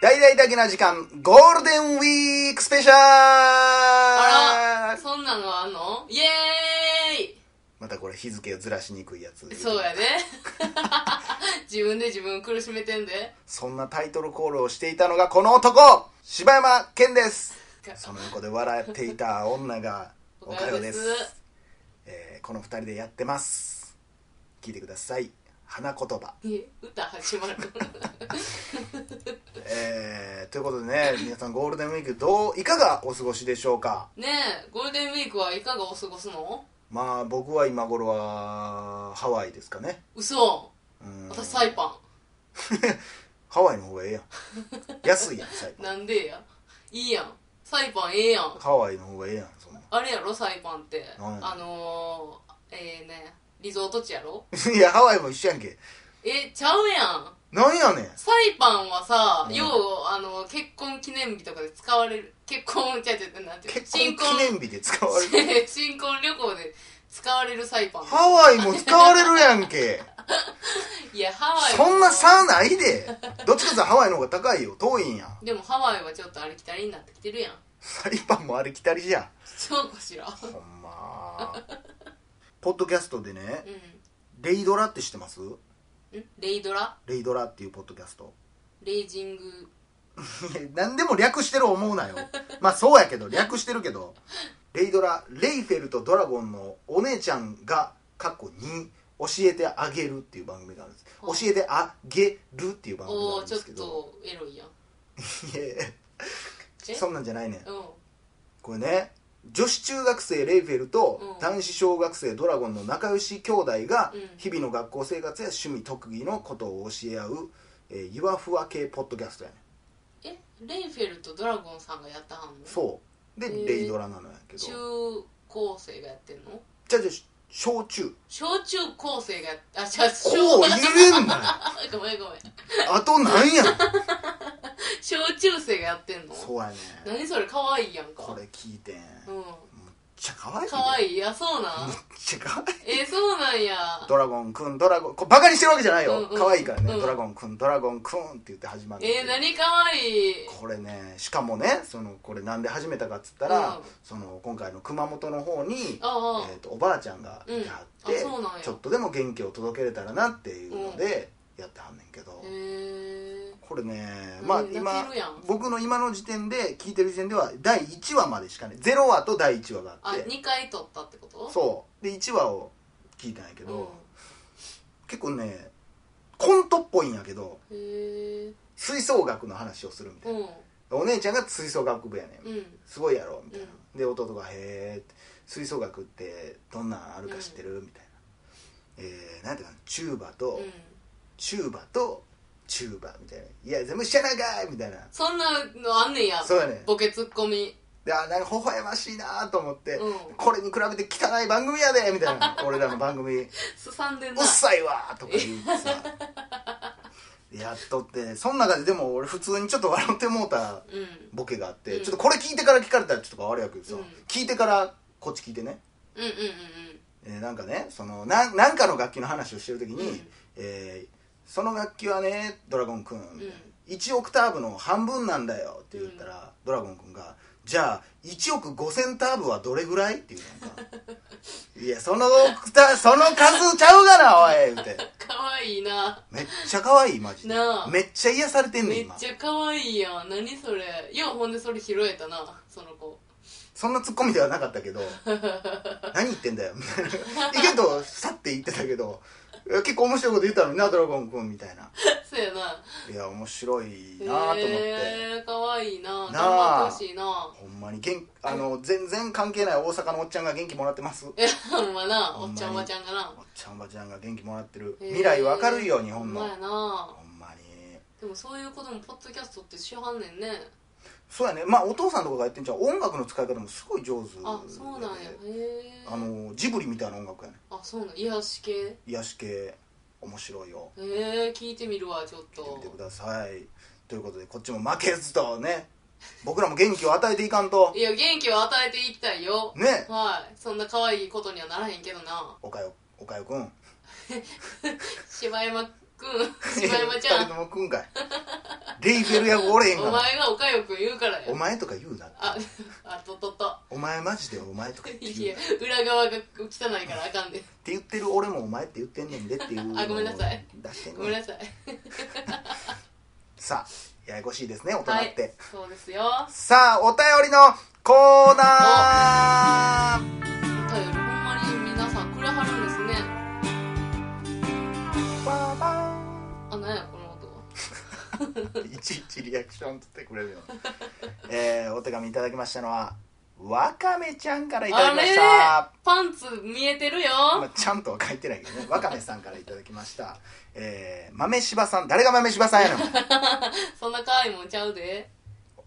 体だけの時間、ゴールデンウィークスペシャあらルそんなのあんのイエまたこれ日付をずらしにくいやつーイ。そうやね 自分で自分苦しめてんでそんなタイトルコールをしていたのがこの男柴山健ですその横で笑っていた女がおかよですおかよですえーこの二人でやってます聞いてください花言葉、いえ歌始まるえーということでね皆さんゴールデンウィークどういかがお過ごしでしょうか ねえゴールデンウィークはいかがお過ごすのまあ僕は今頃はハワイですかね嘘うん私サイパハワイの方がええやん 安いやんサインパンなんでやいいやんサイパンええやんハワイの方がええやんそんなあれやろサイパンってうんあのー、えー、ねリゾート地やろ いやハワイも一緒やんけえちゃうやんなんやねんサイパンはさ、うんようあの結婚記念日とかで使われる結婚じゃじゃなんていうの結婚記念日で使われる 新婚旅行で使われるサイパンハワイも使われるやんけいや ハワイはそんな差ないでどっちかっていうとハワイの方が高いよ遠いんやでもハワイはちょっとありきたりになってきてるやんサイパンもありきたりじゃんそう かしらほん まポッドキャストでねうレイドラって知ってますんんレイドラレイドラっていうポッドキャストレイジング何でも略してる思うなよまあそうやけど略してるけどレイドラレイフェルとドラゴンのお姉ちゃんが過去に教えてあげるっていう番組があるんです教えてあげるっていう番組があおるーんちでょっすけどとエロいやんいやいやえそんなんじゃないねんうんこれね女子中学生レイフェルとうん男子小学生ドラゴンの仲良し兄弟がうん日々の学校生活や趣味特技のことを教え合う、えー、岩ふわ系ポッドキャストやねえレイフェルとドラゴンさんがやったはんのそうで、えーレイドラなのやけど中高生がやってんのじゃあじゃあ小中小中高生がやっあじゃあ小 こう入れんなよごめんごめんあとなんや小中生がやってんのそうやね何それ可愛いやんかこれ聞いてんうむっんちゃ可愛い可い愛いいやそ うなんむっちゃ可愛いえそうなんやドラゴンくんドラゴンこれバカにしてるわけじゃないよ、うんうん可愛いからね、うんドラゴンくんドラゴンくんって言って始まるんだけどえ何可愛いこれねしかもねそのこれなんで始めたかっつったら、うんその今回の熊本の方に、ああえー、とおばあちゃんがいてはって、うんあそうなんやちょっとでも元気を届けれたらなっていうのでやってはんねんけど、へえこれねうんまあ泣ける今やん僕の今の時点で聞いてる時点では第1話までしかね0話と第1話がああって二回撮ったってことそうで1話を聞いたんやけど、うん結構ねコントっぽいんやけどへえ吹奏楽の話をするみたういな、んお姉ちゃんが吹奏楽部やねんうんすごいやろみたいな、うで弟が「へえって吹奏楽ってどんなんあるか知ってる?」みたいな「えー、なんていうかなチューバと、うんチューバとチューバ」みたいな「いや全部知らないかい!」みたいなそんなのあんねんやそうやねんボケツッコミであーなんか微笑ましいなと思って、うんこれに比べて汚い番組やでみたい な俺らの番組「すさんでんうなっさいわ!」とか言ってさやっとってそんな感じでも俺普通にちょっと笑ってもうたうんボケがあって、うんちょっとこれ聞いてから聞かれたらちょっとあれやけどさ、うん聞いてからこっち聞いてねうんうんうんえーなんかねそのなんなんかの楽器の話をしてる時に、うんえーその楽器はねドラゴンくん、ん1オクターブの半分なんだよって言ったら、ドラゴンくんが「じゃあ1億5000ターブはどれぐらい?」っていうなん か「いやそのオクタその数ちゃうがなおい」って可愛いなめっちゃ可愛いマジでなあめっちゃ癒されてんねんめっ今ちゃ可愛いやん何それようほんでそれ拾えたなその子そんなツッコミではなかったけ ど何言ってんだよみたいな意見と去って言ってたけどいや結構面白いこと言ったのになドラゴンくんみたいなそうやないや面白いなと思って、へえ可愛いなあ頑張ってほしいなほんまに元あの全然関係ない大阪のおっちゃんが元気もらってますおっえほんまなほおんまにっちゃんおばちゃんがなちゃんおばちゃんが元気もらってるへえ未来わかるよ日本のほほんまやなんまにでもそういうこともポッドキャストってしはんねんねそうやねまあお父さんとかがやってんじゃん音楽の使い方もすごい上手あそうなんやへえあのジブリみたいな音楽やねあそうなん癒し系へ癒し系面白いよえ聞いてみるわちょっ見てとみてくださいということでこっちも負けずとね僕らも元気を与えていかんといや元気を与えていきたいよねはいそんな可愛いことにはならへんけどなおかよおかよくん柴山くん柴山ちゃ 二人んともくんかいレイフェル役おれへんかおら前がおかよく言うからやお前とか言うなああとととお前マジでお前とか言ういやなっ裏側が汚いからあかんで、ね、て言ってる俺もお前って言ってんねんでっていうのをあごめんなさい出してんごめんねんなさいさあややこしいですね大人はっいて、そうですよさあお便りのコーナ ーお便りほんまに皆さんくれはるんですねババあなんやこの音はーンいちいちリアクションつってくれる よ、えー、お手紙いただきましたのはわかめちゃんからいただきましたあれパンツ見えてるよ、まあ、ちゃんとは書いてないけどねわかめさんからいただきました、えー、豆柴さん誰が豆柴さんやねん、そんな可愛いもんちゃうで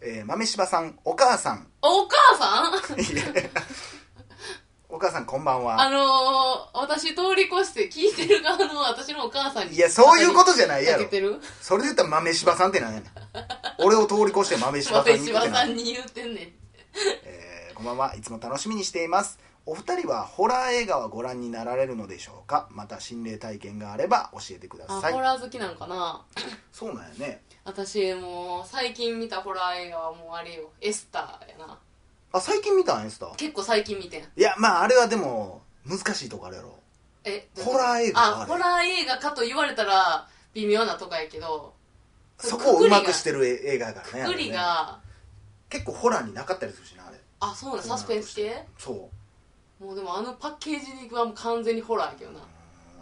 えー、豆柴さんお母さん お母さんいえお母さんこんばんあはのー、私通り越して聞いてる側の私のお母さんにいやそういうことじゃないやかろけてるそれで言ったら豆柴さんって何やねん俺を通り越して豆柴さん豆に行柴ってさないんに言ってんねんえーこんばんはいつも楽しみにしていますお二人はホラー映画はご覧になられるのでしょうかまた心霊体験があれば教えてくだあさいホラー好きなんかなそうなんやね私もう最近見たホラー映画はもうあれよエスターやなあ最近見たんエスター結構最近見てんいやまああれはでも難しいとこあるやろえホラー映画ああれホラー映画かと言われたら微妙なとこやけどそこをうまくしてる映画やからねくくあれりねが結構ホラーになかったりするしなあれあそうなんサスペンス系そううんもうでもあのパッケージ肉はもう完全にホラーやけどな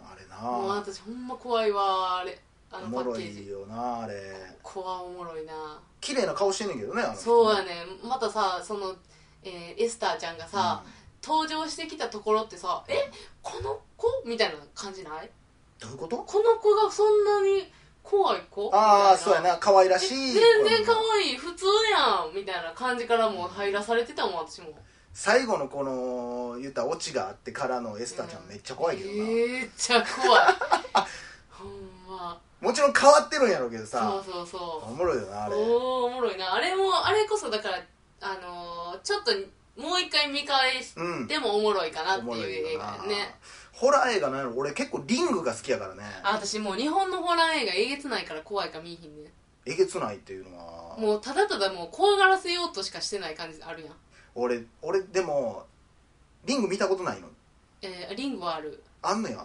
あれもうな私ほんま怖いわあれあおのもパッろケーいジよなあれ怖おもろいな綺麗な顔してんねんけどねあの人そうやねまたさその、えーエスターちゃんがさ、うん登場してきたところってさ「えこの子?」みたいな感じないどういうことこの子がそんなに怖い子ああみたいそうやな可愛らえしい全然可愛い普通やんみたいな感じからもう入らされてたもん私も最後のこの言ったらオチがあってからのエスターちゃんめっちゃ怖いけどな、めっちゃ 怖いほんまもちろん変わってるんやろうけどそさうそうおそもろいよなあうれおおおもろいなあれもあれこそだからあのーちょっともう一回見返しうんてもおもろいかなおってもろいうい映よ画なやねホラー映画なんやろ俺結構リングが好きやからねあ私もう日本のホラー映画えげつないから怖いか見えひんねえげつないっていうのはもうただただもう怖がらせようとしかしてない感じあるやん俺俺でもリング見たことないのえーリングはある、あんのや、う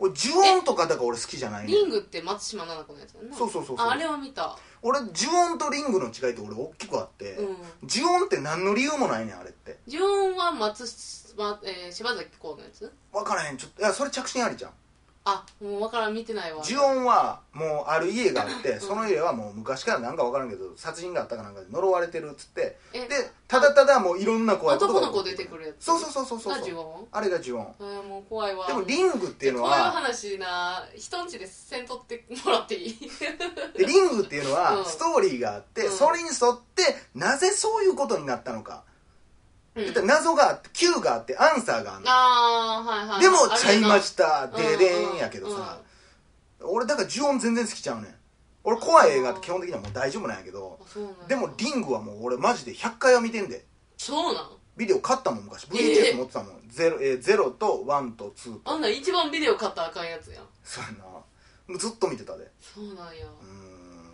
俺呪音とかだから俺好きじゃないん、ねリングって松島菜々子のやつやんなそうそうそうそうああれは見た俺呪音とリングの違いって俺大きくあって、うん呪音って何の理由もないねんあれってジュンは松島、えー、柴咲コウのやつ分からへんちょっといやそれ着信ありじゃんあもう分からん見てないわ呪音はもうある家があってその家はもう昔からなんか分からんけど殺人があったかなんかで呪われてるっつってえでただただもういろんな怖いことが男の子出てくるやつそうそうそうそうそうがジュンあれが呪音えー、もう怖いわでもリンっングっていうのこういうは話な人んちでせんとってもらっていいでリングっていうのうはんストーリーがあって、うんそれに沿ってなぜそういうことになったのか、う言ったらん、謎があって Q があってアンサーがあるのあーはいはいでも「あちゃいまししたででん」やけどさ、俺だから呪音全然好きちゃうねん俺怖い映画って基本的にはもう大丈夫なんやけどあそうなんやでもリングはもう俺マジで100回は見てんでそうなんビデオ買ったもん昔え VHS 持ってたもん、ゼロえー、ゼロとワンとツーとあんなん一番ビデオ買ったらあかんやつやんそうやなもうずっと見てたでそうなんや、う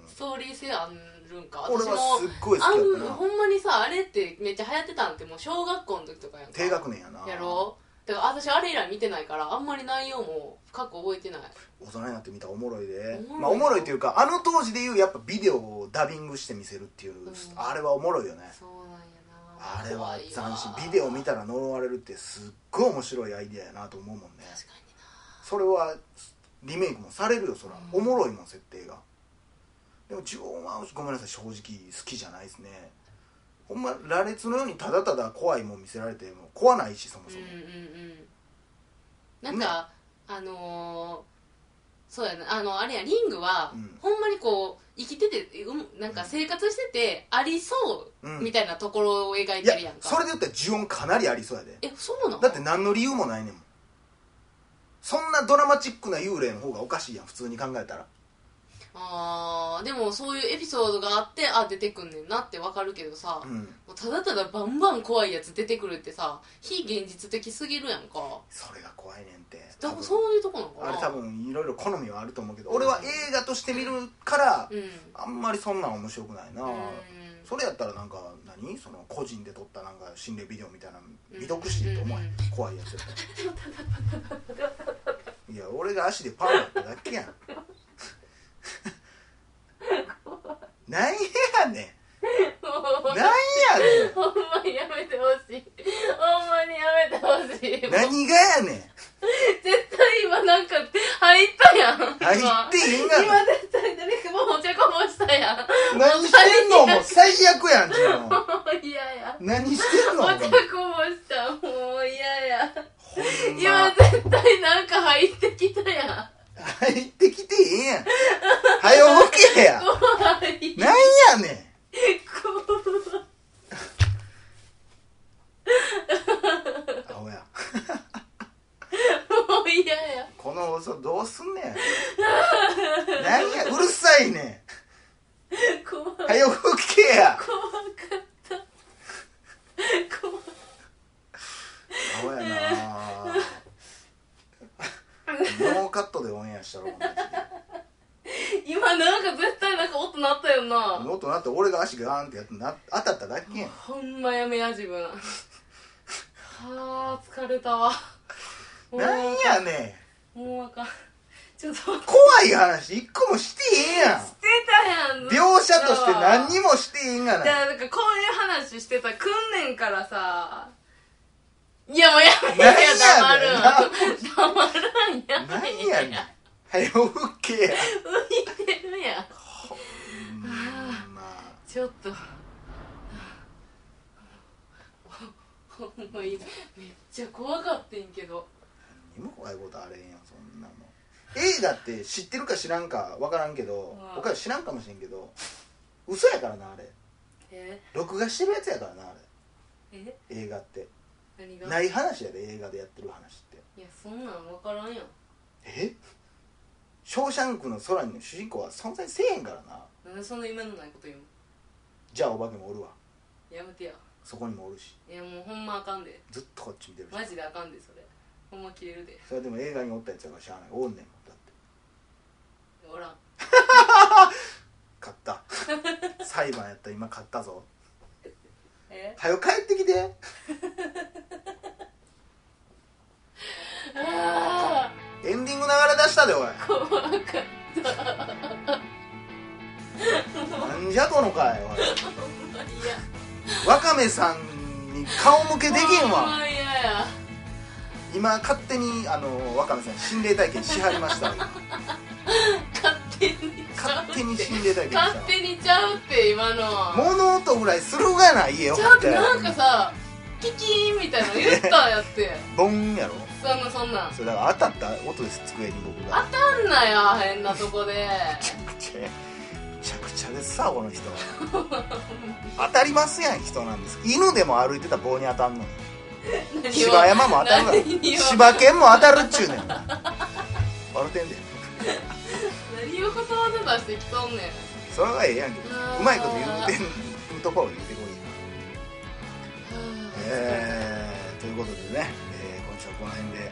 ーんストーリー性あるんか俺はすっごい好あきやったんなほんまにさあれってめっちゃ流行ってたんってもう小学校の時とかやんか低学年やなやろだから私あれ以来見てないからあんまり内容も深く覚えてない大人になって見たらおもろいでおもろいまあ、おもろいというかあの当時でいうやっぱビデオをダビングして見せるっていう、んあれはおもろいよねそうなんやなあれは斬怖いわ新ビデオ見たら呪われるってすっごい面白いアイデアやなと思うもんね確かになそれはリメイクもされるよそら、うんおもろいもん設定がでも呪音はごめんなさい正直好きじゃないですねほんま羅列のようにただただ怖いもん見せられても怖ないしそもそも、うんうんうんなんか、あのーそうやなあのあれやリングは、うんほんまにこう生きててうんなんか生活しててありそう、うんみたいなところを描いていやるやんかそれで言ったら呪音かなりありそうやでえそうなのだって何の理由もないねんもんそんなドラマチックな幽霊の方がおかしいやん普通に考えたらあーでもそういうエピソードがあってあ出てくんねんなってわかるけどさ、うんもうただただバンバン怖いやつ出てくるってさ非現実的すぎるやんかそれが怖いねんってだ多分そういうとこなのかなあれ多分いろいろ好みはあると思うけど俺は映画として見るからうんあんまりそんなん面白くないな うんそれやったらなんか何その個人で撮ったなんか心霊ビデオみたいなのうん未読してると思えうん怖いやつや ったらいや俺が足でパーだっただけやんなんやねんなんやねんほんまにやめてほしいほんまにやめてほしい もう何がやねん絶対今なんか入ったやん入ってへんがな今絶対誰かもお茶こぼしたやん何してん のもう最悪やん自 分もう嫌や何してんおの茶こぼしたもう嫌やほん今ま絶対なんか入ってきたやん入ってきてええやんはよ起け や怖いなんやねん怖い青やもう嫌やこの放送どうすんねん何やうるさいね怖いんはよ吹けや怖かった怖い青やなノーカットでオンエアしたろ同今なんか絶対なんか音鳴ったよじなノートなって俺が足ガーンってやってな当たっただけやん ほんまやめや自分はあ疲れたわもうなんやねんもうあかんちょっと待って怖い話一個もしてええやん出たやんずっと描写として何にもしてええんがじゃなあなんかこういう話してた訓練からさいやもうやめなんややねん黙るん黙るんや何めやねんはよ吹 けや浮いてるやんうんまあちょっ とほんまにめっちゃ怖かってんけど何も怖いことあれへんやんそんなの映画って知ってるか知らんか分からんけどうん僕は知らんかもしれんけど嘘やからなあれえ録画してるやつやからなあえれ映画って何がない話やで映画でやってる話っていやそんなん分からんやんえショーシャンクの空にの主人公は存在せえへんからななんでそんな夢のないこと言うのじゃあお化けもおるわやめてやそこにもおるしいやもうほんまあかんでずっとこっち見てるしマジであかんでそれほんま切れるでそれでも映画におったやつやからしゃあないおんねんもんだっておらん買った 裁判やった今買ったぞえはよ帰ってきてあエンディング流れ出したでおいあ怖かったなんじゃこの会おいほんまに嫌わかめさんに顔向けできんほんわま嫌や今勝手にあのわかめさん心霊体験しはりました今勝手にちゃう勝手に心霊体験勝し手にちゃうって今のた物音ぐらいするがないよちゃうみったていなんかさキキーンみたいなの言ったやってボンやろそんなそんなんそれだから当たった音です机に僕があんなや変なとこでめちゃくちゃめちゃくちゃですさこの人当たりますやん人なんです犬でも歩いてた棒に当たんのに芝山も当たるわ何を柴犬も当たるっちゅうねんな笑ってんで何をことわざ出してきとんねんそれはええやんけどあーうまいこと言うてんところ言うてこいよえーということでね、えー今週はこの辺で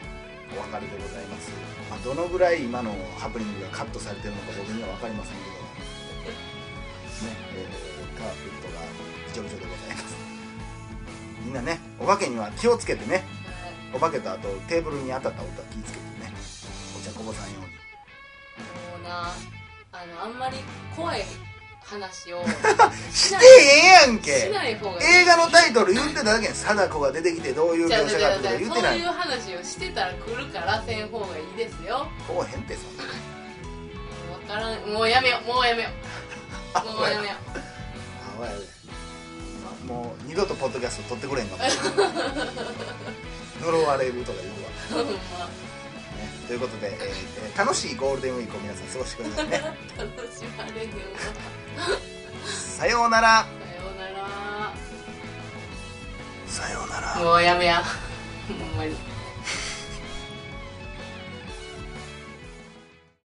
お別れでございます、まあ、どのぐらい今のハプニングがカットされてるのか僕には分かりませんけど、ねえーカーペットがびちょびちょでございますみんなねお化けには気をつけてねお化けとあとテーブルに当たった音は気をつけてねお茶こぼさんようにもうなあのあんまり怖い話を ししてないええやんけしない方がいい映画のタイトル言ってただけに貞子が出てきてどういうじゃ描あ写じがゃあっあてじとゃか言うてあそうないいう話をしてたら来るからせん方がいいですよこうへんてそんなもう分からんもうやめようもうやめよ うもうやめようあおいおいまもう二度とポッドキャスト撮ってくれんの呪われるとか言うわ、ほんまね、ということで、えーえー楽しいゴールデンウィークを皆さん過ごしてくださいね楽しまれへんわさようならさようならさようならもうやめや。ほんまに。